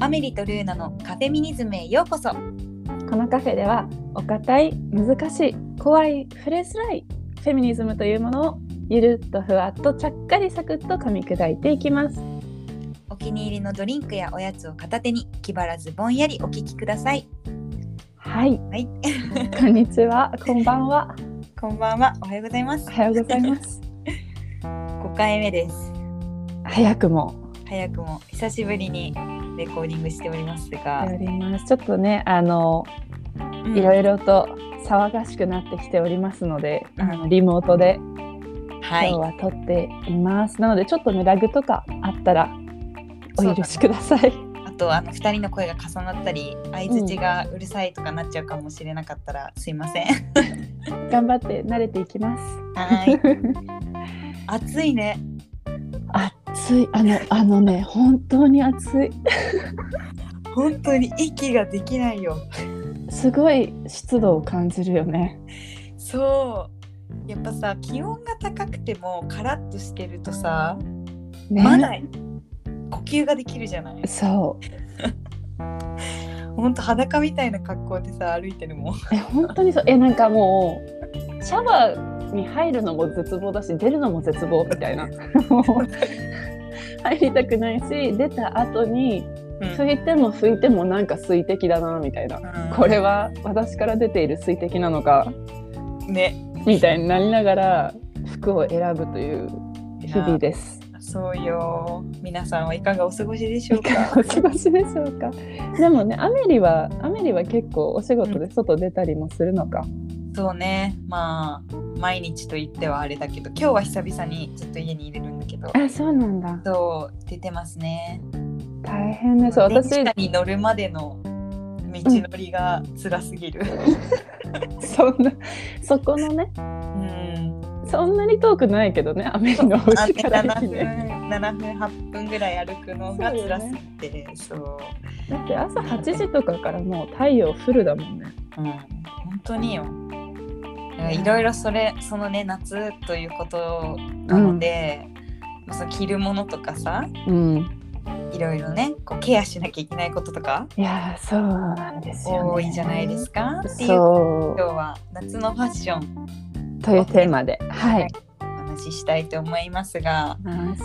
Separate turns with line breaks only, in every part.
アメリとルーナのカフェミニズムへようこそ
このカフェではお堅い難しい怖い触れづらいフェミニズムというものをゆるっとふわっとちゃっかりサクッと噛み砕いていきます
お気に入りのドリンクやおやつを片手に気張らずぼんやりお聞きください
はい
はい
こんにちはこんばんは
こんばんはおはようございます
おはようございます
5回目です
早くも
早くも久しぶりにレコーディングしておりますが
や、りますちょっとねあの
うん
いろいろと騒がしくなってきておりますので、あのリモート
は
で今日
い
は撮っています、なのでちょっとねラグとかあったらお許しください
あとあの2人の声が重なったり相づちがうるさいとかなっちゃうかもしれなかったらすいま せん
頑張って慣れていきます
はい暑いね
暑いあのあのね本当に暑い
本当に息ができないよ
すごい湿度を感じるよね
そうやっぱさ気温が高くてもカラッとしてるとさ
ね
まだ呼吸ができるじゃない
そう
ほんと裸みたいな格好でさ歩いてるもん
え本当にそうえなんかもうシャワーに入るのも絶望だし出るのも絶望みたいなもう入りたくないし出た後に
うん
拭いても拭いてもなんか水滴だなみたいなこれは私から出ている水滴なのか
ね
みたいになりながら服を選ぶという日々です。
そうよ皆さんはいかがお過ごしでしょ
いうかが
か
お過ごしでしょうか。でもね、アメリはアメリは結構お仕事で外出たりもするのか。
そうねまあ毎日と言ってはあれだけど今日は久々にずっと家に入れるんだけど
あ、そうなんだ。
そう出てますね
大変ね。そう、私
電車に乗るまでの道のりが辛すぎる、
そんなそこのね、
うん、
そんなに遠くないけどね、アメリのお
あ
家から
7
駅
分
ね。
7分8分ぐらい歩くのが辛すぎてそう,、
だって朝8時とかからもう太陽フルだもんね。
うん本当によいろいろそれそのね夏ということなので、まあその着るものとかさ
うん。
いろいろねこうケアしなきゃいけないこととか
いやー、そうなんですよ、ね。
多いじゃないですかっていう今
そ
日は夏のファッション
うというテーマで、はい。
お話ししたいと思いますが
ます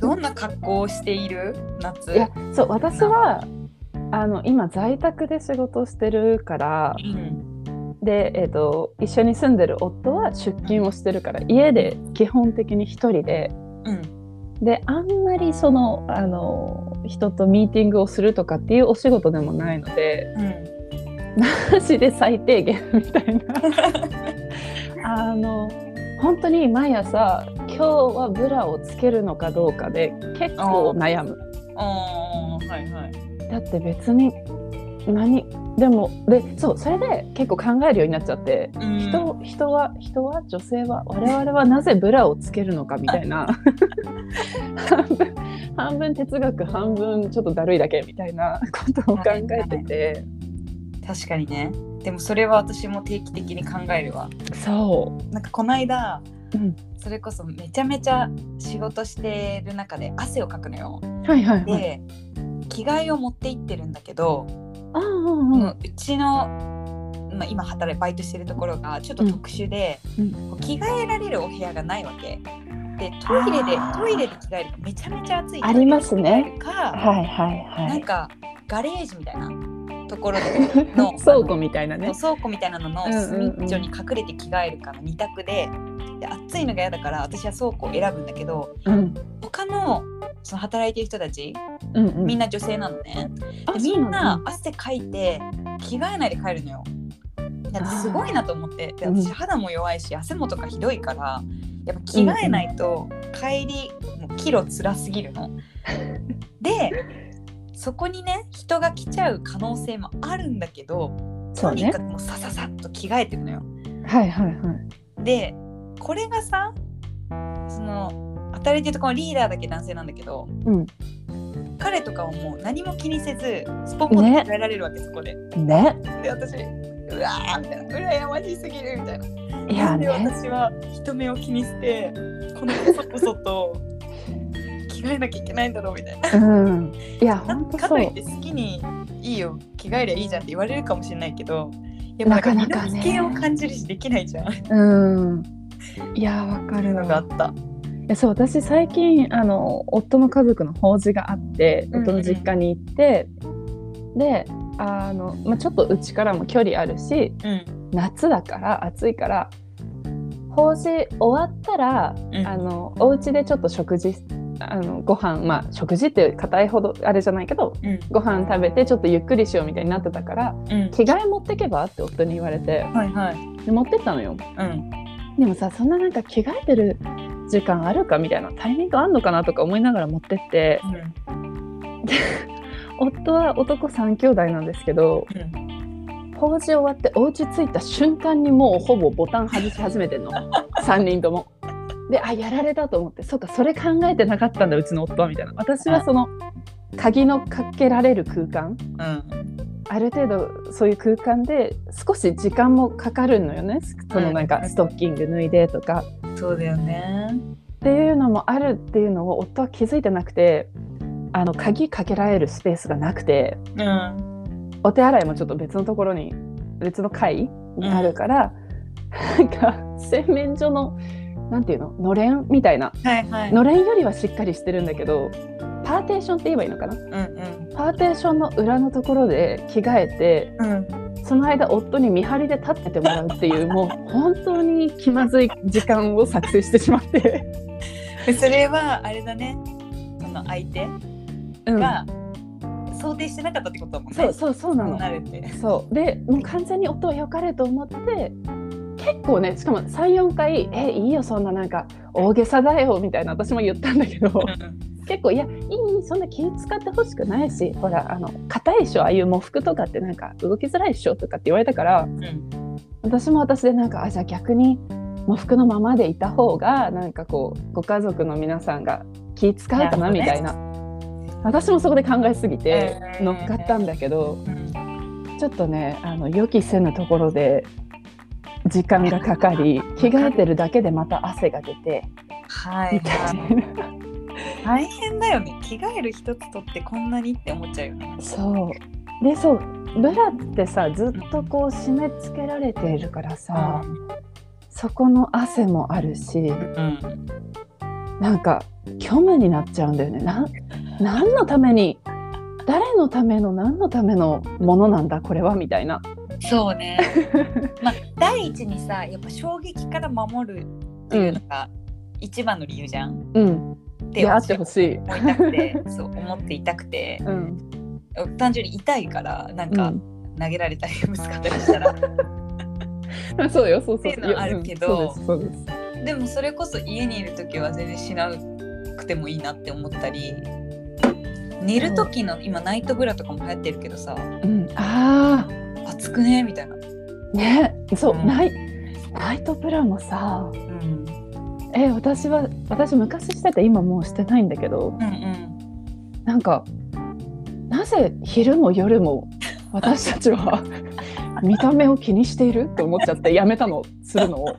どんな格好をしている夏
いやそう私はあの今在宅で仕事をしてるから
うん
で、えー、と一緒に住んでる夫は出勤をしてるから家で基本的に一人で
うん
であんまりそのあの人とミーティングをするとかっていうお仕事でもないので
うん
マジで最低限みたいなあの本当に毎朝今日はブラをつけるのかどうかで結構悩む。
あーはいはい
だって別に何でもでそうそれで結構考えるようになっちゃって
うん
人人は人は女性は我々はなぜブラをつけるのかみたいな 半分半分哲学半分ちょっとだるいだけみたいなことを考えてて
確かにねでもそれは私も定期的に考えるわ
そ
なんかこの間
う、うん、
それこそめちゃめちゃ仕事してる中で汗をかくのよ
はいはいはい
で着替えを持って行ってるんだけど、
ああああ
う
ああ
うちの、まあ、今働いバイトしてるところがちょっと特殊で、
うん
こう着替えられるお部屋がないわけでトイレで
あー
トイレで着替えるとめちゃめちゃ暑い
ありますね
か、
はいはいは
なん
い
かガレージみたいなところで の
倉庫みたいなね
そう倉庫みたいなのの
うんうん
隅
うん
っちょに隠れて着替えるかの2択でで暑いのが嫌だから私は倉庫を選ぶんだけど
うん
他のその働いてる人たち
うんうん
みんな女性なのね、
あ
で
そ
み
うんな
なん
だ
汗かいて着替えないで帰るのよ。だってすごいなと思ってで
うん
私肌も弱いし汗もとかひどいからやっぱ着替えないと帰りもうキロ辛すぎる の。でそこにね人が来ちゃう可能性もあるんだけど
そ
と
う
に
ね
かくもうさささっと着替えてるのよ。
はいはいはい
でこれがさその当たりっていうとこのリーダーだけ男性なんだけど
う
彼とかはもう何も気にせずスポンポンと着替えられるわけ、そこで。
んね
で私うわーみたいな羨ましすぎるみたいな。
いや
で
ね
私は人目を気にしてこのこそこそと着替れなきゃいけないんだろうみたいな。
うん、いや本当
か
そ
というって好きにいいよ着替えりゃいいじゃんって言われるかもしれないけどやっぱ
な
な
か
ん
なか
か
ね
色気を感じるしできないじゃん。
うんいやわかる
のがあ
わ
った。
いやそう私最近あの夫の家族の法事があって
うんうん
夫の実家に行って、であの、まあ、ちょっとうちからも距離あるし
うん
夏だから暑いから法事終わったら
うん
あのお家でちょっと食事あのご飯まあ食事って硬いほどあれじゃないけど
うん
ご飯食べてちょっとゆっくりしようみたいになってたから
うん
着替え持ってけばって夫に言われて
はいはい。
で持ってったのよ
うん
でもさそんななんか着替えてる時間あるかみたいなタイミングあんのかなとか思いながら持ってって
うん
夫は男3兄弟なんですけど
うん。
法事終わってお家着いた瞬間にもうほぼボタン外し始めて んの3人とも。であやられたと思ってそうかそれ考えてなかったんだうちの夫はみたいな私はその鍵のかけられる空間
うん
ある程度そういう空間で少し時間もかかるのよねそのなんかストッキング脱いでとか
そうだよね。
っていうのもあるっていうのを夫は気づいてなくてあの鍵かけられるスペースがなくて
うん。
お手洗いもちょっと別のところに別の階にあるから、なんか洗面所のなんていうののれんみたいな
はいはい。
のれんよりはしっかりしてるんだけどパーテーションって言えばいいのかな
うんうん
パーテーションの裏のところで着替えて
うん。
その間夫に見張りで立っててもらうって いうもう本当に気まずい時間を作成してしまって。
でそれはあれだね。その相手
うん
が想定してなかったってことだもんね。
そうそうそうなの
慣れて。
そうでもう完全に夫は良かれと思って結構ねしかも34回「えいいよそんななんか大げさだよ」みたいな私も言ったんだけど結構「いやいいそんな気使ってほしくないしほらあの硬いっしょああいう喪服とかってなんか動きづらいっしょ」とかって言われたから
うん
私も私でなんかあじゃあ逆に喪服のままでいた方がなんかこうご家族の皆さんが気使うか
なる
な
ほどね
みたいな私もそこで考えすぎて
うん
乗っかったんだけど。
うん
ちょっとねあの予期せぬところで時間がかかり着替えてるだけでまた汗が出て
はい
みたい
は
な
い。大変だよね。着替える一つとってこんなにって思っちゃうよね。
そうでそうブラってさずっとこう締め付けられているからさそこの汗もあるし
うん。
なんか虚無になっちゃうんだよねなん何のために誰のための何のためのものなんだこれはみたいな
そう ね。まあ第一にさ、やっぱ衝撃から守るっていうのが一番の理由じゃん。
うん
っ
であってほ
い。
しい、
思いたくて、そう思っていたくて、
うん
単純に痛いからなん
う
か
ん、
投げられたりぶつかったりしたら、
そうよそうそう
っていうのはあるけど
うんそうですそうです
でもそれこそ家にいる時は全然しなくてもいいなって思ったり寝る時の今ナイトブラとかも流行ってるけどさ
うん、あ
暑くねみたいな、
あねそう、
うん
ナイナイトプランもさ
うん、うん
え私は私昔してて今もうしてないんだけど
うん
なんかなぜ昼も夜 も私たちは見た目を気にしているって思っちゃってやめたのするのを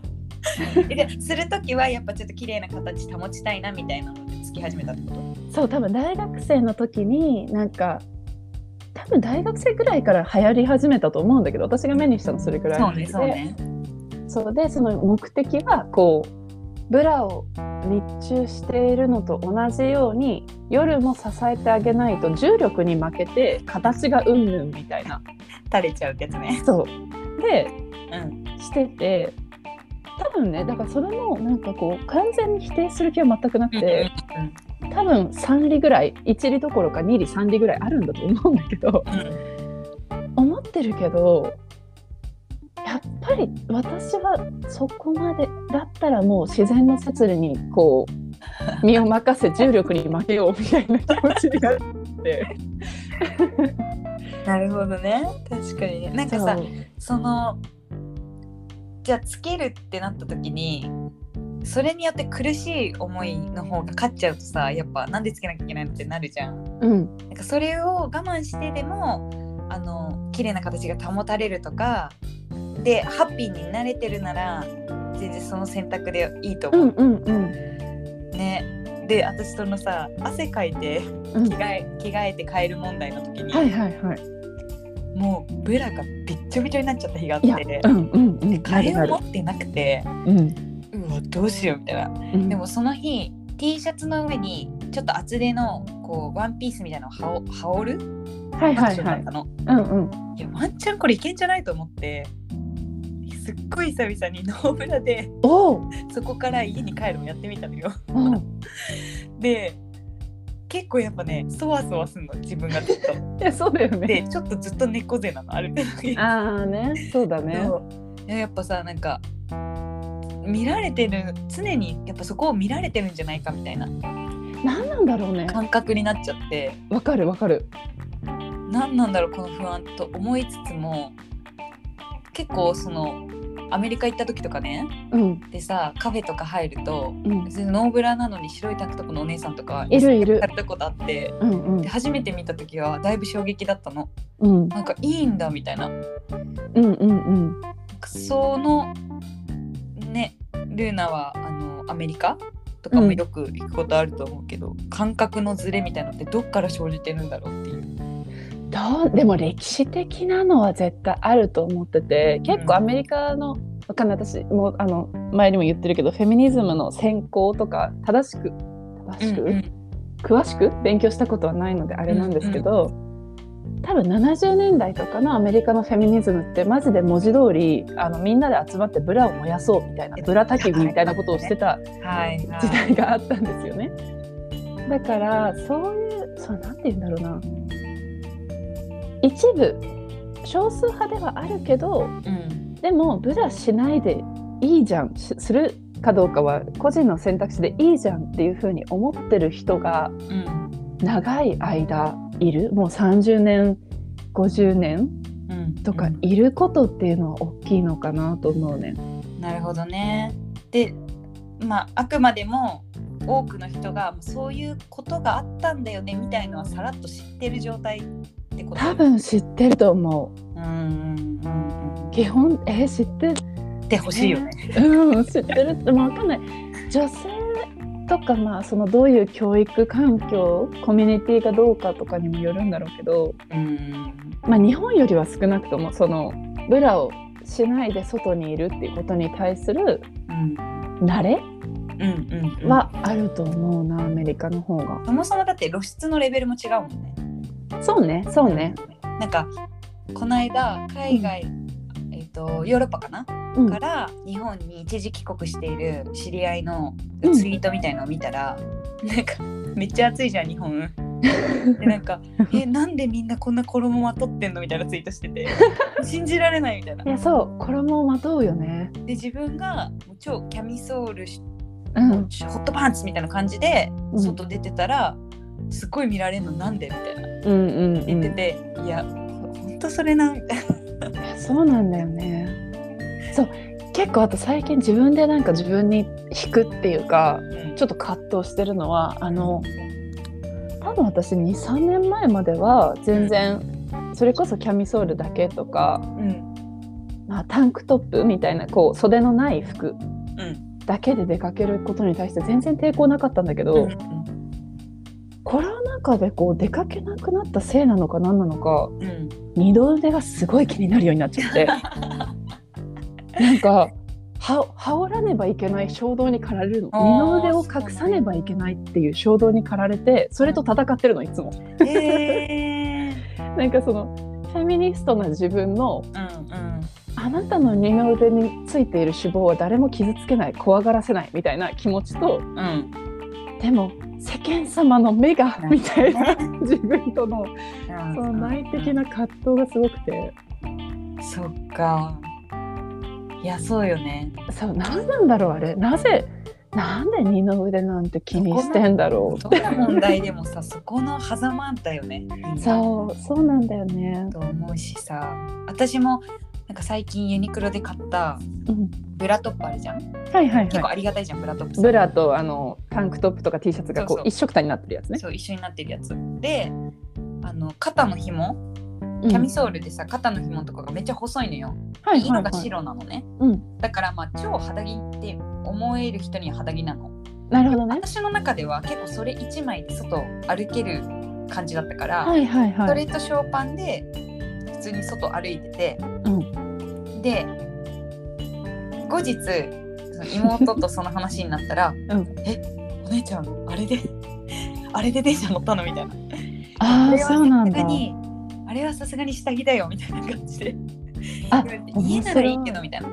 えでする時はやっぱちょっと綺麗な形保ちたいなみたいなのでつき始めたってこと
そう多分大学生の時になんか多分大学生ぐらいから流行り始めたと思うんだけど私が目にしたのそれくらい
そうねそうね
そうでその目的はこうブラを日中しているのと同じように夜も支えてあげないと重力に負けて形がうんぬんみたいな
垂れちゃうってやつね
そうで
うん
してて多分ねだからそれもなんかこう完全に否定する気は全くなくて多分3里ぐらい1里どころか2里3里ぐらいあるんだと思うんだけど
うんうん
思ってるけどやっぱり私はそこまでだったらもう自然の摂理にこ う身を任せ重力に負けようみたいな気持ちになって
なるほどね確かにねなんかさそのじゃあつけるってなった時にそれによって苦しい思いの方が勝っちゃうとさやっぱなんでつけなきゃいけないのってなるじゃん。
うん
なんかそれを我慢してでもあの綺麗な形が保たれるとかでハッピーになれてるなら全然その選択でいいと
う
思
ん
う
うんうん
ね。で私そのさ汗かいて
うん
着替え着替えて帰る問題の時に、
はいはいはい。
もうブラがびっちょびちょになっちゃった日があっ
いや、
て
うんうんうん。
替え
な
を
る
持ってなくて
なるうん。
うわどうしようみたいな
うん
でも、その日 T シャツの上にちょっと厚手のこうワンピースみたいなのを羽織羽織る
はい
ア
は
ク
い
ション
は
だっ
い
た。の、
うんうん。
い、やワンチャンこれいけんじゃないと思ってすっごい久々にノーブラで
おお。
そこから家に帰るのやってみたのよ
うん
で結構やっぱねそわそわすんの自分がずっと
いや、そうだよね。
でちょっとずっと猫背なのある程度
ああね、そうだね。
そういややっぱさなんか見られてる常にやっぱそこを見られてるんじゃないかみたいな
なんなんだろうね。
感覚になっちゃって
わかるわかる。
何なんだろうこの不安と思いつつも結構そのアメリカ行った時とかね
うん
でさカフェとか入ると
うん。
別にノーブラなのに白いタンクトップのお姉さんとか
いるいる
や。ったことあって
うんうん
で。初めて見た時はだいぶ衝撃だったの
うん
なんかいいんだみたいな
うんうん
そのねルーナはあのアメリカとかもよく行くことあると思うけど、感覚のズレみたいなのってどっから生じてるんだろうっていう。
うん。どうでも歴史的なのは絶対あると思ってて、結構アメリカの。わかんない私もうあの前にも言ってるけどフェミニズムの先行とか正しく正しく、詳しく勉強したことはないのであれなんですけど、多分70年代とかのアメリカのフェミニズムってマジで文字通りあのみんなで集まってブラを燃やそうみたいなブラ焚き火みたいなことをしてた
はい、
時代があったんですよね。だからそういうそうなんて言うんだろうな一部少数派ではあるけど
うん、
でもブラしないでいいじゃんしするかどうかは個人の選択肢でいいじゃんっていうふうに思ってる人が
うん、
長い間いるもう30年50年
うん、
とかいることっていうのは大きいのかなと思うね。
なるほどね。で、まあ、あくまでも多くの人がそういうことがあったんだよねみたいのはさらっと知ってる状態ってこと。
多分知ってると思う。
うん、うん、うん、うん
基本えー知ってる
ってほしいよね。
うん知ってるっても分かんない。女性とかまあそのどういう教育環境コミュニティがどうかとかにもよるんだろうけど、
うん、
まあ、日本よりは少なくともそのブラをしないで外にいるっていうことに対する
うん、
慣
う
れ
ん、うん、うん。
はあると思うなアメリカの方が。
そもそもだって露出のレベルも違うもんね。
そうねそうね。。
なんかこの間海外、えっ、とヨーロッパかな、
うん
から日本に一時帰国している知り合いの
うん。
ツイートみたいのを見たら、なんかめっちゃ暑いじゃん日本。でなんか「えなんでみんなこんな衣まとってんの?」みたいなツイートしてて信じられないみたいない
やそう衣をまとうよね。
で自分がもう超キャミソールし
うん。
ホットパンツみたいな感じで
うん
外出てたら、すっごい見られるのなんでみたいな。
うんうんう
言って
ん。
て、いや本当それなみたいな。
そうなんだよね。そう結構あと最近自分でなんか自分に引くっていうかちょっと葛藤してるのはあの多分私23年前までは全然それこそキャミソールだけとか、
うん
まあ、タンクトップみたいなこう袖のない
う
服
ん
だけで出かけることに対して全然抵抗なかったんだけど、コロナ禍でこう出かけなくなったせいなのか何なのか
うんうん
二度腕がすごい気になるようになっちゃって なんかは羽織らねばいけない衝動に駆られるの
あー
二の腕を隠さねばいけないっていう衝動に駆られてそれと戦ってるのいつも。
へー
なんかそのフェミニストな自分の
うんうん
あなたの二の腕についている脂肪は誰も傷つけない怖がらせないみたいな気持ちと
うん
でも世間様の目がみたいな自分との
うん
その内的な葛藤がすごくて
そっかいやそうよね
そう何なんだろうあれなぜなんで二の腕なんて気にしてんだろ
どんな問題でもさそこの狭間だよね
うそうそうなんだよね
と思うしさ私もなんか最近ユニクロで買った
うん
ブラトップあるじゃん
はいはい
結構
は
ありがたいじゃんブラトップ
い
さ
ブラとあのタンクトップとか T シャツが
そ
こ
う
う
そう
一緒くたになってるやつね
そう一緒になってるやつであの肩の紐
うん
キャミソールでさ肩の紐とかがめっちゃ細いのよ。
はいはい
色
は
が
い
白なのね。
うん
だからまあ超肌着って思える人には肌着なの。
なるほどね。
私の中では結構それ1枚で外を歩ける感じだったから、
はいはい
スト
は
レ
い。
ートショーパンで普通に外歩いてて、で後日その妹とその話になったら「
ん
えお姉ちゃんあれであれで電車乗ったの?」みたいな
あ
れ
あ、
は
そうなん
さす
だ
が。にあれはさすがに下着だよみたいな感じで
あ
言われて
面
家な
白い
らいいけどみたいな。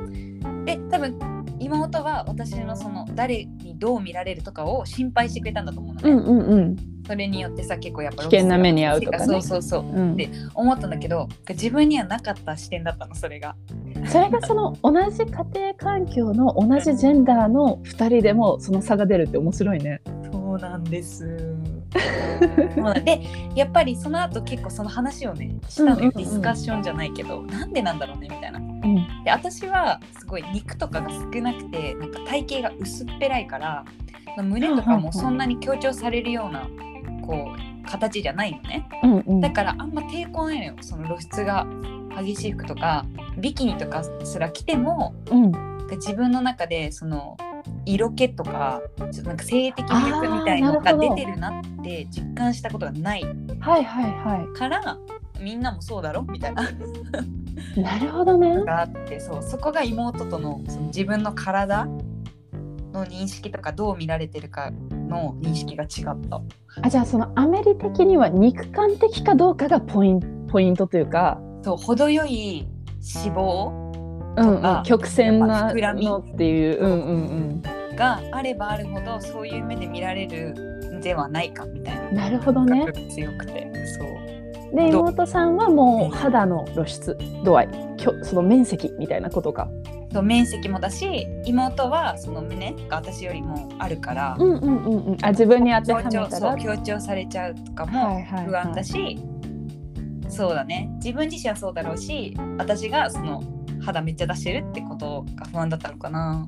で多分妹は私のその誰にどう見られるとかを心配してくれたんだと思うのね、
うんうんうん。
それによってさ結構やっぱ
危険な目に遭うとかね
そうそうそう
うん
で、思ったんだけど自分にはなかった視点だったのそれが
それがその同じ家庭環境の同じジェンダーの2人でもその差が出るって面白いね。
そうなんです そうなんでやっぱりその後結構その話をねしたのよ、
うんうんうん
ディスカッションじゃないけどなんでなんだろうねみたいな
うん、
で私はすごい肉とかが少なくてなんか体型が薄っぺらいから胸とかもそんなに強調されるようなこう形じゃないのね
うん、うん
だからあんま抵抗ないのよその露出が激しい服とかビキニとかすら着ても
うん、
自分の中でその色気とかちょっとなんか性的魅力みたいの
あ
が
ーなる
出
ほど
てるなって実感したことがない
はいはいは
からみんなもそうだろみたいな
い。なるほどね。
のがあってそうそこが妹とのその自分の体の認識とかどう見られてるかの認識が違った。
あ、じゃあそのアメリ的には肉感的かどうかがポインポイントというか、
そう程よい脂肪
うん
か
うん、曲線
やっ
な
ぱ膨らみ
のっていう、うんうん
があればあるほどそういう目で見られるんではないかみたいな
うん。なるほどね。
感覚が強くてそう
で
どう
妹さんはもう肌の露出度合いきょその面積みたいなことか。
そう面積もだし妹はその胸が私よりもあるから、
うんうんうんうん。あ自分に当ては
強
め
調
た
そ
ら。
う強調されちゃうとか
はい
も
はいはい
不安だし、そうだね自分自身はそうだろうし私がその肌めっちゃ出してるってことが不安だったのかな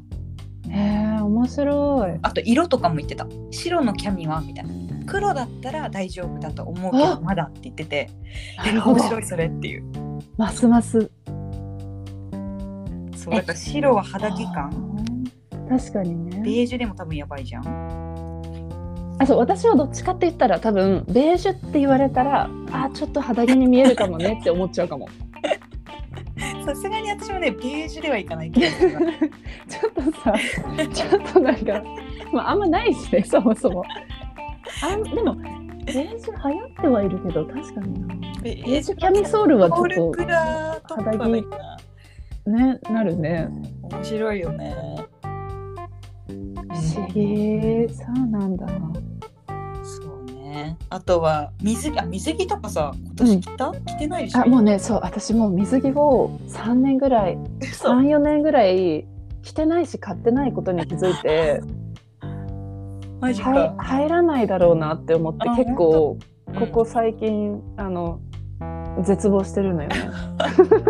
へえ面白い。
あと色とかも言ってた白のキャミはみたいな黒だったら大丈夫だと思うけど
あ
まだって言ってて
な
え
る
面
ほど。
白いそれっていう
ますます
そうだから白は肌着感
あー確かに
ベ
ね
ージュでも多分やばいじゃん
あそう私はどっちかって言ったら多分ベージュって言われたらあーちょっと肌着に見えるかもねって思っちゃうかも
さすがに私もねベージュではいかないけど
ちょっとさちょっとなんか、まあ、あんまないしねそもそもあんでもベージュ流行ってはいるけど確かにな
ベ
ベージュキャミソールは
オー
ち
ル
ょっ
プラとかないかな
とねなるね
面白いよね。
不思議そうなんだ
そうね。あとは水着あ水着とかさ今年着た、着てないでしょ。
あもうねそう私もう水着を3年ぐらい
嘘
34年ぐらい着てないし買ってないことに気づいて
マジか。
入入らないだろうなって思って
あ
結構
うん
ここ最近、あの絶望してるのよね。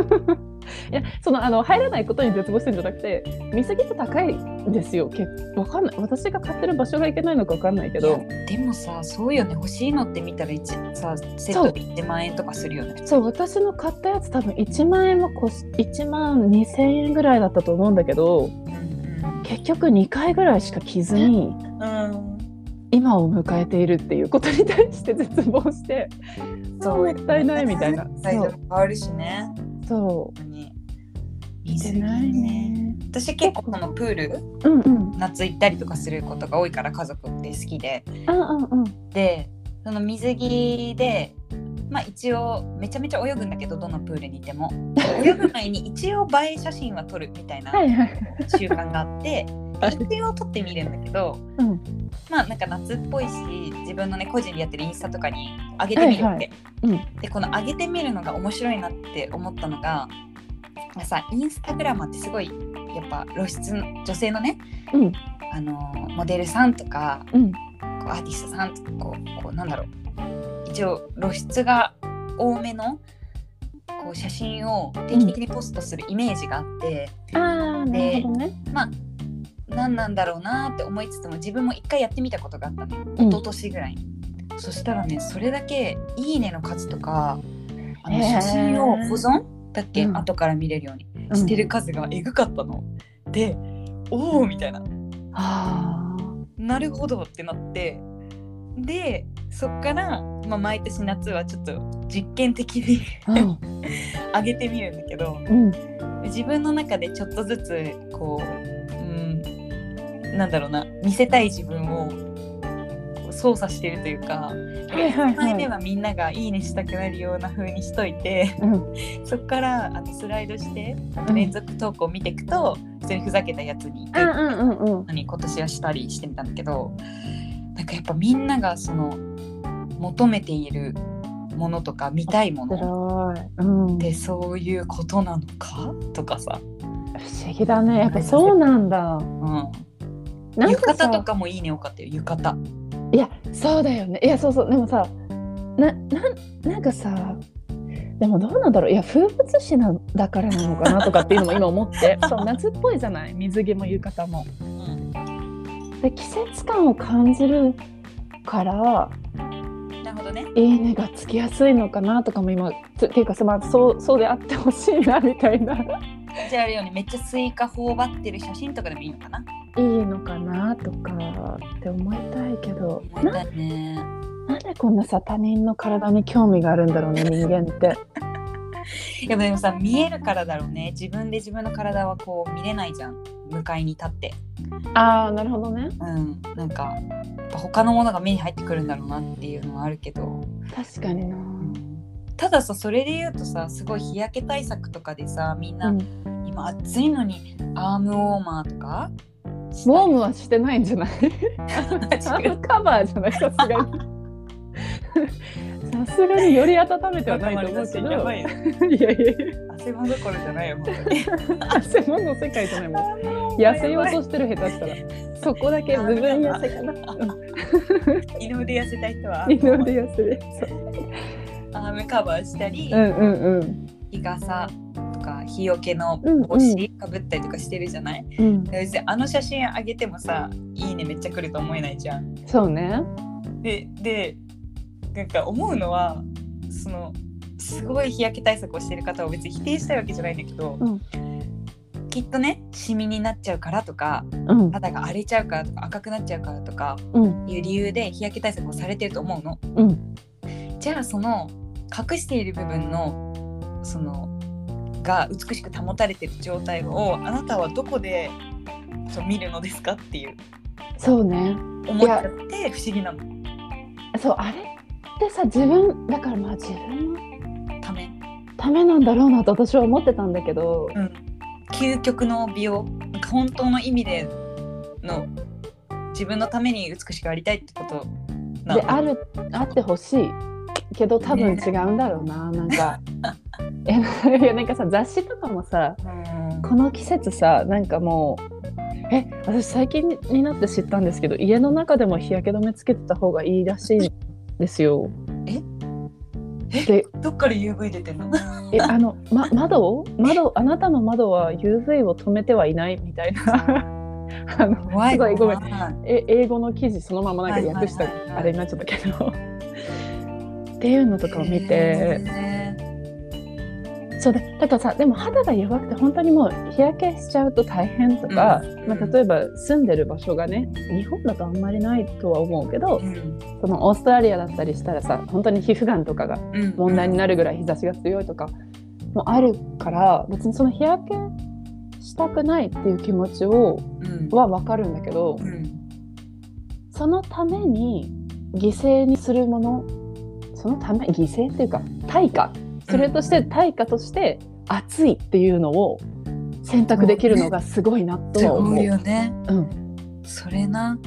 いやそのあの入らないことに絶望してるんじゃなくて水着って高いんですよけわかんない私が買ってる場所がいけないのかわかんないけど
いやでもさそうよね欲しいのって見たら一さセットで1万円とかするよね。
そう私の買ったやつ多分1万円もこし1万2000円ぐらいだったと思うんだけど
うん
結局2回ぐらいしか着ずに。
うん。
今を迎えているっていうことに対して 絶望して
そう
あーもったいないみたいな
サイズ
そ
も
う
変わるしね。
そう
本当に
見てないね
私結構このプール
うんうん
夏行ったりとかすることが多いから家族で好きで。
あうんうん
でその水着でまあ一応めちゃめちゃ泳ぐんだけどどのプールにいて も泳ぐ前に一応映え写真は撮るみたいな
はいはい
習慣があって
はい
一応撮ってみるんだけど
うん
まあなんか夏っぽいし自分のね個人でやってるインスタとかに上げてみるわけ、
はいはい
でこの上げてみるのが面白いなって思ったのがまあさインスタグラマーってすごいやっぱ露出の女性のね
うん
あのーモデルさんとか
うん
こうアーティストさんとかこうこうなんだろう一応露出が多めのこう写真を定期的にポストするイメージがあって、
ああなるほどね
まあ何なんだろうなって思いつつも自分も一回やってみたことがあったのよ
うん
一昨年ぐらいに、そしたらねそれだけ「いいね」の数とかあの
へー
写真を保存だっけ、
うん
後から見れるようにしてる数がえぐかったの。でおおみたいな
ああ
なるほどってなってでそっから、まあ、毎年夏はちょっと実験的に 上げてみるんだけど
うん
自分の中でちょっとずつこう、うん、なんだろうな見せたい自分をこう操作してるというか
はいはいは
前
い
目はみんなが「いいね」したくなるような風にしといて
うん
そっからあのスライドしてあ
う
の
ん
連続投稿を見ていくと普通にふざけたやつに行く
うんうんうん
のに今年はしたりしてみたんだけどなんかやっぱみんながその求めているものとか見たいも
す
の
ごい、うん、
ってそういうことなのかとかさ、
不思議だねやっぱそうなんだ
うん、
なん
浴
かさ
衣とかもいいね多かったよ浴衣
いやそうだよねいやそうそうでもさななんなんかさでもどうなんだろういや風物詩なんだからなのかなとかっていうのも今思って そう夏っぽいじゃない水着も浴衣も。
うん
で季節感を感じるから
なるほどね
いいねがつきやすいのかなとかも今つっていうかさ、まあ、そうそうであってほしいなみたいな
じゃああるようにめっちゃスイカ頬張ってる写真とかでもいいのかない
いのかなとかって思いたいけど
思い
な
たいね
なんでこんなさ他人の体に興味があるんだろう ね人間って。
やでもさ見えるからだろうね自分で自分の体はこう見れないじゃん向かいに立って
あーなるほどね
うんなんかやっぱ他のものが目に入ってくるんだろうなっていうのはあるけど、
確かにな。
たださそれで言うとさすごい日焼け対策とかでさみんな、
うん
今暑いのにアームウォーマーとか
ウォームはしてないんじゃないアー
ム
ム カバーじゃないさす がに。さすがにより温めてはないと思うけど。
やばいよ
いやい やい
汗ばどころじゃないよ本当 に
や、汗もんの世界じゃないもん。痩せようとしてる下手したら。そこだけ部分痩せかな。うん
二の腕痩せた人は
二の腕痩せで。そう
アームカバーしたり、
うんうんうん。
日傘とか日よけの
うん
帽子かぶったりとかしてるじゃない、
うん。
別にあの写真あげてもさ「いいね」めっちゃ来ると思えないじゃん。
そうね。
ででなんか思うのはそのすごい日焼け対策をしてる方を別に否定したいわけじゃないんだけど、
うん
きっとねシミになっちゃうからとか
うん
肌が荒れちゃうからとか赤くなっちゃうからとか
うん
いう理由で日焼け対策をされてると思うの。
うん
じゃあその隠している部分のそのが美しく保たれてる状態をあなたはどこでそう見るのですかっていう
そうね。
思っちゃって不思議なの
そうあれってさ自分だからまあ自分の
ため。
ためなんだろうなと私は思ってたんだけど。
うん、究極の美容なんか本当の意味での自分のために美しくありたいってことな
であるあってほしいけど多分違うんだろうな、なんかえいやなんかさ雑誌とかもさ
うん
この季節さなんかもうえ私最近になって知ったんですけど家の中でも日焼け止めつけてた方がいいらしいんですよ。
え
で
どっから UV 出てんの
えあの、ま、窓を窓あなたの窓は UV を止めてはいないみたいなあの
怖い
すごいごめん
怖い
え英語の記事そのままなんか訳した
はいはいはいはい
あれになっちゃったけどっていうのとかを見て。
へー
そうだだからさでも肌が弱くて本当にもう日焼けしちゃうと大変とか、
うん
まあ、例えば住んでる場所がね日本だとあんまりないとは思うけど
うん
そのオーストラリアだったりしたらさ本当に皮膚がんとかが
うん
問題になるぐらい日差しが強いとかもあるから別にその日焼けしたくないっていう気持ちを
うん
は分かるんだけど
うん
そのために犠牲にするものそのため犠牲っていうか対価それとして対価として熱いっていうのを選択できるのがすごいなと
す
は思
ご
う。
いよね
うん、
それな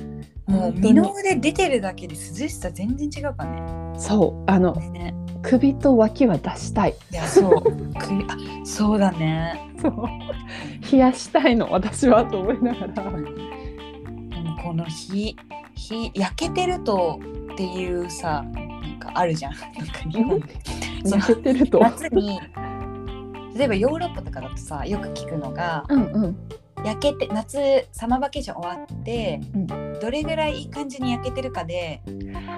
もう
本当に
身の腕出てるだけで涼しさ全然違うから
そうあの
ねね
首と脇は出したい
いやそうくいあそうだね
そう冷やしたいの私はと思いながら
でもこの日日焼けてるとっていうさなんかあるじゃん なんか日本でその
痩せてると。
夏に例えばヨーロッパとかだとさよく聞くのが
うんうん
焼けて夏サマーバケーション終わって、
うん
どれぐらいいい感じに焼けてるかで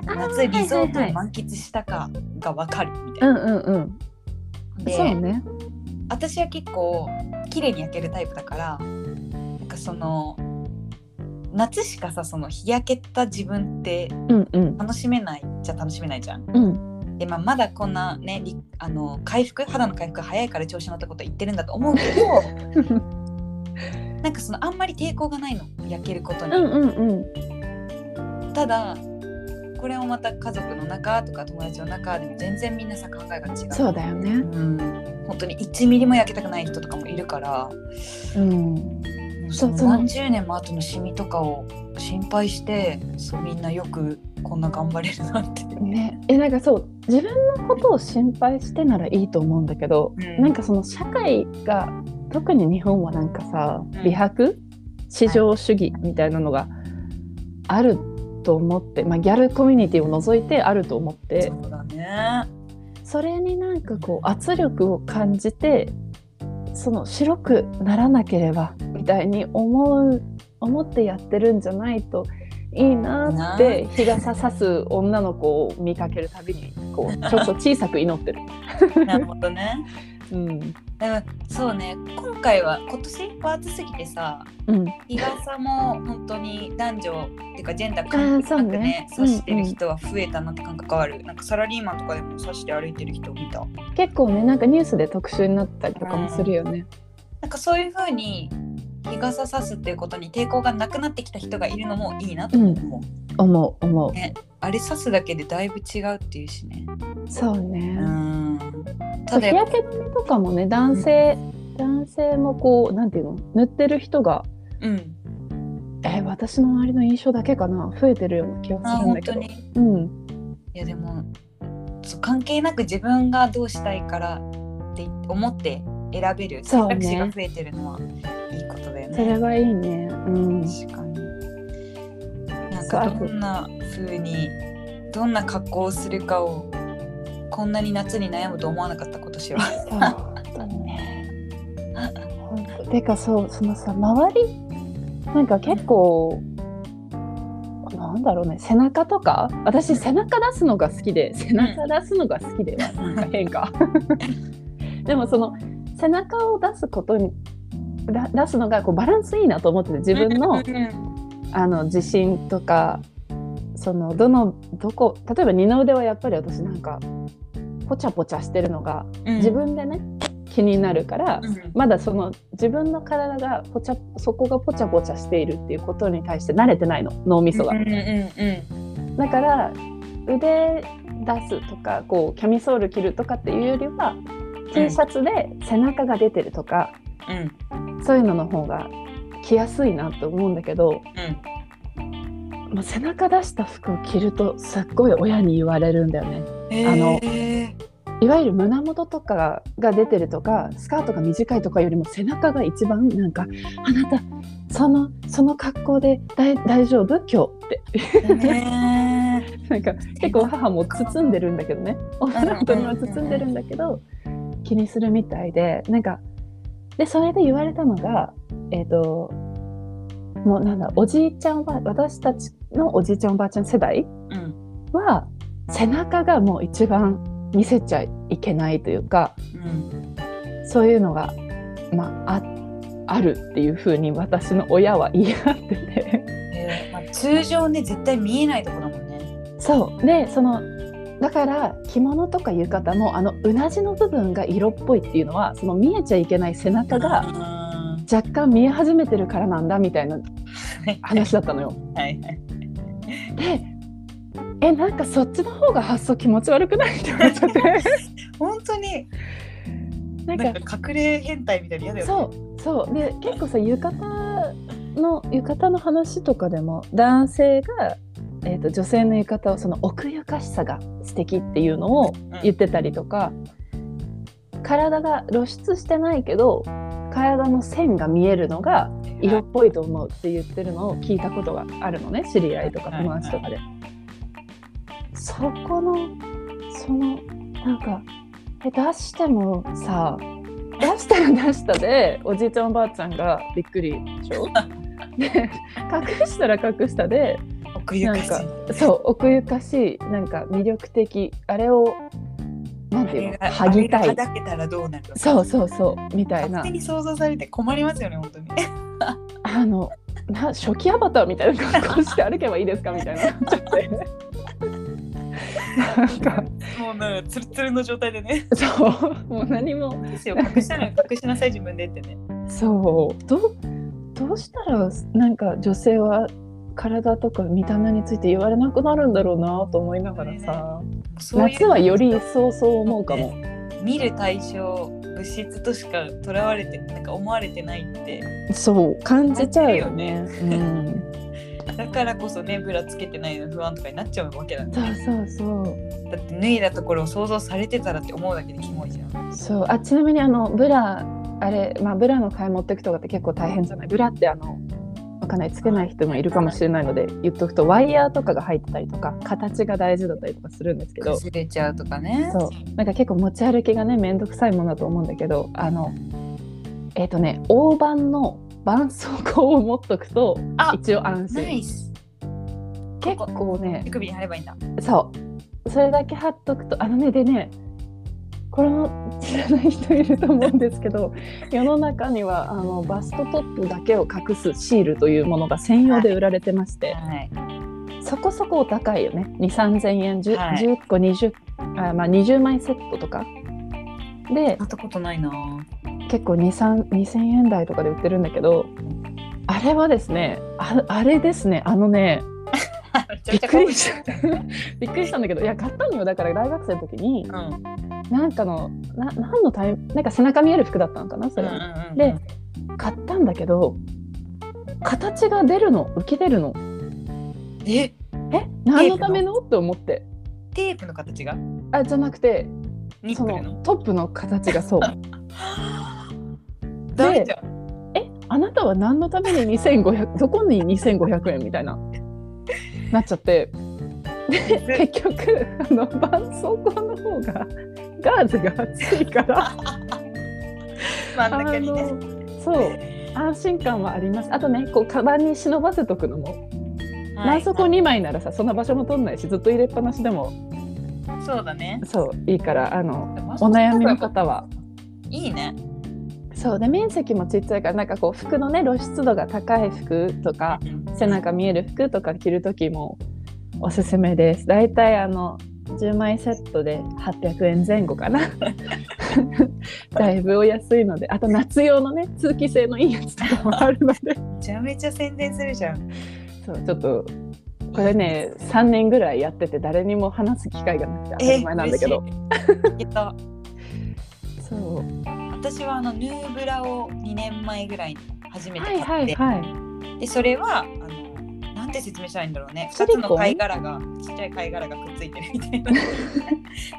あ
夏
ー
リゾートを
はいはいは
満喫したかがわかるみた
い
いうな。
んうんうん。そう
で
ね。
私は結構綺麗に焼けるタイプだからなんかその夏しかさその日焼けた自分って
うんうん
楽しめないじゃ楽しめないじゃん。
うん
で、まあ、まだこんなねりあの回復肌の回復が早いから調子乗ったこと言ってるんだと思うけ どなんかそのあんまり抵抗がないの焼けることに。
うんうんうん
ただこれをまた家族の中とか友達の中でも全然みんなさ考えが違う。
そうだよね
うん本当に1ミリも焼けたくない人とかもいるから
うんそう
その何十年も後のシミとかを心配してそうみんなよくこんな頑張れるなんて。
ねえなんかそう自分のことを心配してならいいと思うんだけどなんかその社会が特に日本はなんかさ
ん
美白至上主義みたいなのがあると思って、まあ、ギャルコミュニティを除いてあると思って
そうだね。
それになんかこう圧力を感じてその白くならなければみたいに思う思ってやってるんじゃないといいなって日傘さす女の子を見かけるたびにこ うちょっと小さく祈ってる。
なるほどね。
うん
でもそうね今回は今年パーツすぎてさ
うん
日傘も本当に男女っていうかジェンダー関
あーそ
係な
う
く
ね
ね差してる人は増えたなって感覚がある、なんかサラリーマンとかでも差して歩いてる人見た
結構ねなんかニュースで特集になったりとかもするよね。
なんかそういう風に日傘差すっていうことに抵抗がなくなってきた人がいるのもいいなと思う、
思う思う。
あれ差すだけでだいぶ違うっていうしね
そうね
う。ん
そ
た
う
だ
日
やっ
焼け止めとかもね男性、男性もこうなんていうの塗ってる人が
ぱうん
え私の周りの印象だけかな増えてるような気が
あ
するん
本
だけ
当
ど。
に
うん
いやでもそう関係なく自分がどうしたいからって思って選べる
そう
選択
ね
肢が増えてるのはいいことだよ
それ
ね。
はいいね。うん
確かに。なん
そうあ
か
と
どんな風にどんな格好をするかをこんなに夏に悩むと思わなかった今年は。
そう本当にね。本当てかそうそのさ周りなんか結構、なんだろうね背中とか私背中出すのが好きで背中出すのが好きでは なんか変か でもその背中を出すことにだ出すのがこうバランスいいなと思ってて自分
う
の
ん
あの自信とかそのどのどこ例えば二の腕はやっぱり私なんかポチャポチャしてるのが
うん
自分でね気になるから、
うん
まだその自分の体がポチャそこがポチャポチャしているっていうことに対して慣れてないの脳みそが
うん。うんうん
だから腕出すとかこうキャミソール着るとかっていうよりは T シャツで背中が出てるとか、
うんうん
そういうのの方が着やすいなと思うんだけど、
うん
まあ、背中出した服を着るとすっごい親に言われるんだよね。あの
へー
いわゆる胸元とかが出てるとかスカートが短いとかよりも背中が一番なんか「あなたそのその格好で大大丈夫今日」って
ねー
なんか結構母も包んでるんだけどね女の子には包んでるんだけど気にするみたいでなんかでそれで言われたのがえっ、ともうなんだおじいちゃんは私たちのおじいちゃんおばあちゃん世代
うん
は背中がもう一番見せちゃいけないというか。
うん
そういうのが、まあ、ああるっていうふうに私の親は言い合ってて
えーまあ通常ね絶対見えないとこだもんね。
そうでそのだから着物とか浴衣もあのうなじの部分が色っぽいっていうのはその見えちゃいけない背中が
が
若干見え始めてるからなんだみたいな
はい
話だったのよ。
はいはい。
でえなんかそっちの方が発想気持ち悪くないって思っちゃって
本当に
なん
なん
か
か隠れ変態みたいな嫌だよね。
そうそうで結構さ浴衣の浴衣の話とかでも男性が、えー、と女性の浴衣をその奥ゆかしさが素敵っていうのを
うん
言ってたりとか、体が露出してないけど体の線が見えるのが色っぽいと思うって言ってるのを聞いたことがあるのね知り合いとか
はい
友達とかで。そこのそのなんかえ出してもさ出したら出したでおじいちゃんおばあちゃんがびっくりでし ょで隠したら隠したで
奥ゆかしい。
なんそう奥ゆかしいなんか魅力的あれをなん
あ
ていうの
れが
剥ぎた
あれ
い
が砕けたらどうなるの
そうそうそうみたい
勝
な
手に想像されて困りますよね本当に。
あのな初期アバターみたいな格好して歩けばいいですかみたいななんか
もうねツルツルの状態でね
そうもう何も
ですよ隠 したのよ隠しなさい自分でってね
そうどうどうしたらなんか女性は体とか見た目について言われなくなるんだろうなと思いながらさ、
そういう
夏はより一層そう思うかも。
見る対象物質としかとらわれてなんか思われてないって
そう感じちゃうよね。うん、
だからこそねブラつけてないの不安とかになっちゃうわけなんだ
そう
ね
そうそう
だって脱いだところを想像されてたらって思うだけでキモいじゃん
そうあちなみにあのブラあれ、まあ、ブラの買い持ってくとかって結構大変じゃないブラってあのわかんないつけない人もいるかもしれないので言っとくとワイヤーとかが入ってたりとか形が大事だったりとかするんですけど
崩れちゃうとかね
そうなんか結構持ち歩きがね面倒くさいものだと思うんだけどあのえっ、とね大判の絆創膏を持っとくと
あ
一応安
ナイ
心
ス
結構ね
手首に貼ればいいんだ
そうそれだけ貼っとくとあのねでねこれも知らない人いると思うんですけど 世の中にはあのバストトップだけを隠すシールというものが専用で売られてまして、
はい
そこそこお高いよね2 3 0 0 0円 10,、
はい
10個20あ、まあ、20枚セットとかで
なったことない な
結構2 3 2000円台とかで売ってるんだけどあれはですねああれですねあのねびっくりした びっくりしたんだけどいや買ったのよだから大学生の時に
うんうん
なんかのな何のタイムなんか背中見える服だったのかなそれ、
うんうん
で買ったんだけど形が出るの浮き出るの
え
え何のためのって思って
テープの形が
あじゃなくて
ニッ
そ
プルの
のトップの形がそう
ダメじゃん
えあなたは何のために2500どこに2500円みたいななっちゃって
え
結局あの絆創膏の方がガーゼが厚いから
真ん中に
あ
ね
のそう 安心感はありますあとねこうカバンに忍ばせとくのも
はい
絆創膏2枚ならさそんな場所も取んないしずっと入れっぱなしでも
そうだね
そういいからあのお悩みの方はい
いね
そうで面積もちっちゃいからなんかこう服のね露出度が高い服とか
うん
背中見える服とか着る時もおすすめですだいたいあの10枚セットで800円前後かな だいぶお安いのであと夏用のね通気性のいいやつとかもあるので
めちゃめちゃ宣伝するじゃん
そうちょっとこれね3年ぐらいやってて誰にも話す機会がなくて当たり前なんだけど
えっと
そう
私はあのヌーブラを2年前ぐらいに初めて
は
買っ
い
て、
はいはい
でそれはあのなんて説明したらいいんだろうね
シ
2
リ
つ
コン
の貝殻がちっちゃい貝殻がくっついてるみた いな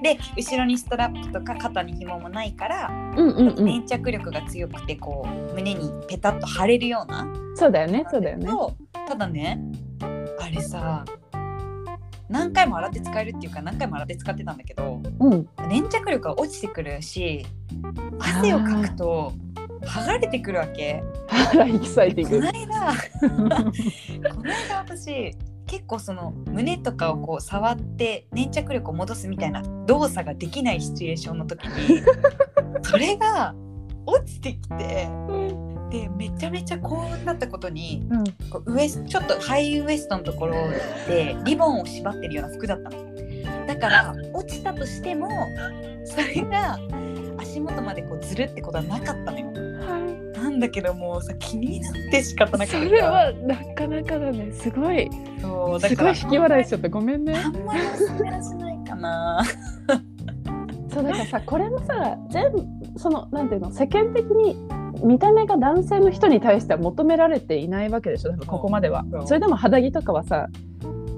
で後ろにストラップとか肩に紐もないから
うんうんうん
粘着力が強くてこう胸にペタッと貼れるような
そうだよねそうだよね
とただねあれさ何回も洗って使えるっていうか何回も洗って使ってたんだけど
うん
粘着力が落ちてくるし汗をかくと剥がれてくるわけ
あらエキサイティ
この
ング
間この間私結構その胸とかをこう触って粘着力を戻すみたいな動作ができないシチュエーションの時にそれが落ちてきてでめちゃめちゃ幸運だったことに
うん
こうウエスちょっとハイウエストのところでリボンを縛ってるような服だったのだから落ちたとしてもそれが足元までこうずるってことはなかったのよなんだけどもうさ気になって仕方なく
そ
て
れはなかなかだねすごい
そうだ
す
か
ご
ら
い引き笑いしちゃったごめんね
あんまりおすすめはしないかな
そうだからさこれもさ全部そのなんていうの世間的に見た目が男性の人に対しては求められていないわけでしょ多分ここまでは
そう
それでも肌着とかはさ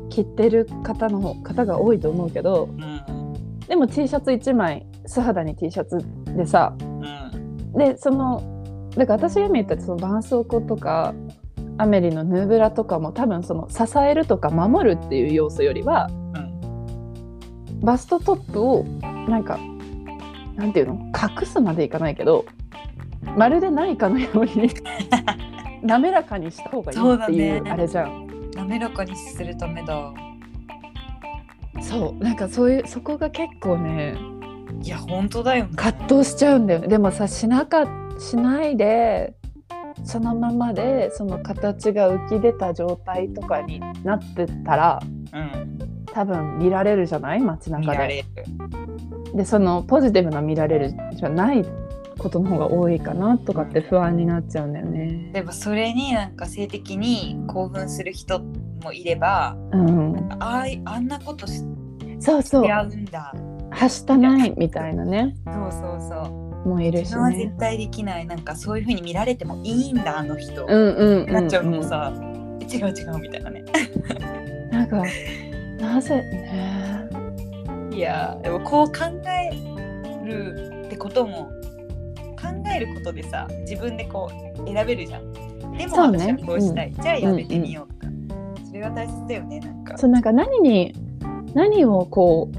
着てる方の方が多いと思うけど
うん
でも T シャツ1枚素肌に T シャツでさ
うん
でそのだから私が今言ったその絆創膏とかアメリのヌーブラとかも多分その支えるとか守るっていう要素よりは
うん
バストトップをなんかなんていうの隠すまでいかないけどまるでないかのよう に滑らかにした方がいいってい
そう
う
だね
あれじゃん
滑らかにするためだ
そう,、なんかそういうそこが結構ね
いや本当だよね
葛藤しちゃうんだよねでもさしなかしないでそのままでその形が浮き出た状態とかになってたら
うん、
多分見られるじゃない街
見
中
ら
で。
れる
でそのポジティブな見られるじゃないことの方が多いかなとかって不安になっちゃうんだよね。
例えばそれになんか性的に興奮する人もいれば
うん、
ああいあんなことし
そうそう
出会うんだ
はしたないみたいなね
そうそうそう
もういるし
自分は
ね
絶。対できないなんかそういう風に見られてもいいんだあの人、
うんうんうん、
なっちゃうのもさ、違う違うみたいなね
なんかなぜね
いやーでもこう考えるってことも考えることでさ自分でこう選べるじゃんでも
そうね
私はこうしたい、じゃあやめてみようとか、それが大切だよねなんか
そうなんか何に何をこう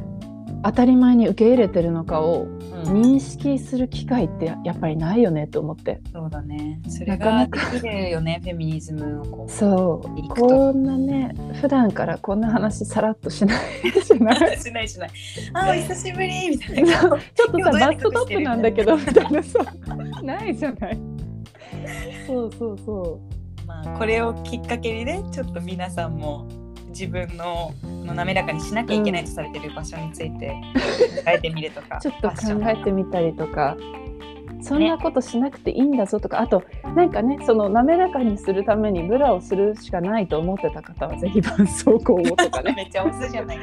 当たり前に受け入れてるのかを
うん
認識する機会ってやっぱりないよねと思って
そうだねそれが
な
で
か
きるよねフェミニズムをこう
そう
いいこと
こんなね普段からこんな話さらっとしないしな い
しないしない。あー、お久しぶりみたいな。
そう ちょっと
今日
さ
どうやっ
バ
て
ストトップなんだけどみたいなそう ないじゃないそうそうそ
まあ、これをきっかけにね、ちょっと皆さんも自分のの滑らかにしなきゃいけないとされてる場所につい て考えてみるとか、
うちょっと考
ファッション
えてみたりとかそんなことしなくていいんだぞとか、あとなんかねその滑らかにするためにブラをするしかないと思ってた方はぜひ絆創膏をとかね
めっちゃおすじゃない。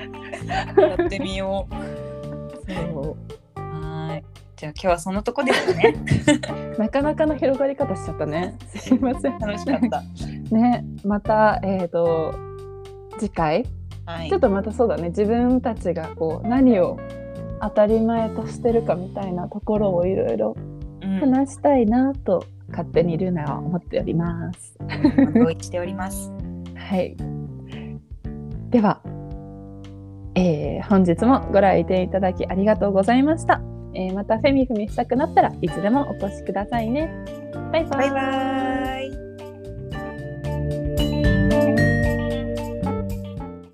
やってみよう。
そ
はーい。じゃあ今日はそのとこですね。
うなかなかの広がり方しちゃったねすいません
楽しかった。
ねまたえっ、と次回
はい
ちょっ。とまたそうだね自分たちがこう何を当たり前としてるかみたいなところをいろいろ
うん。
話したいなと勝手にルナは思っております。
同意しております。
はい、では、えー本日もご来店いただきありがとうございました。えーまたフェミフェミしたくなったらいつでもお越しくださいね。バイバイ
バイバーイ。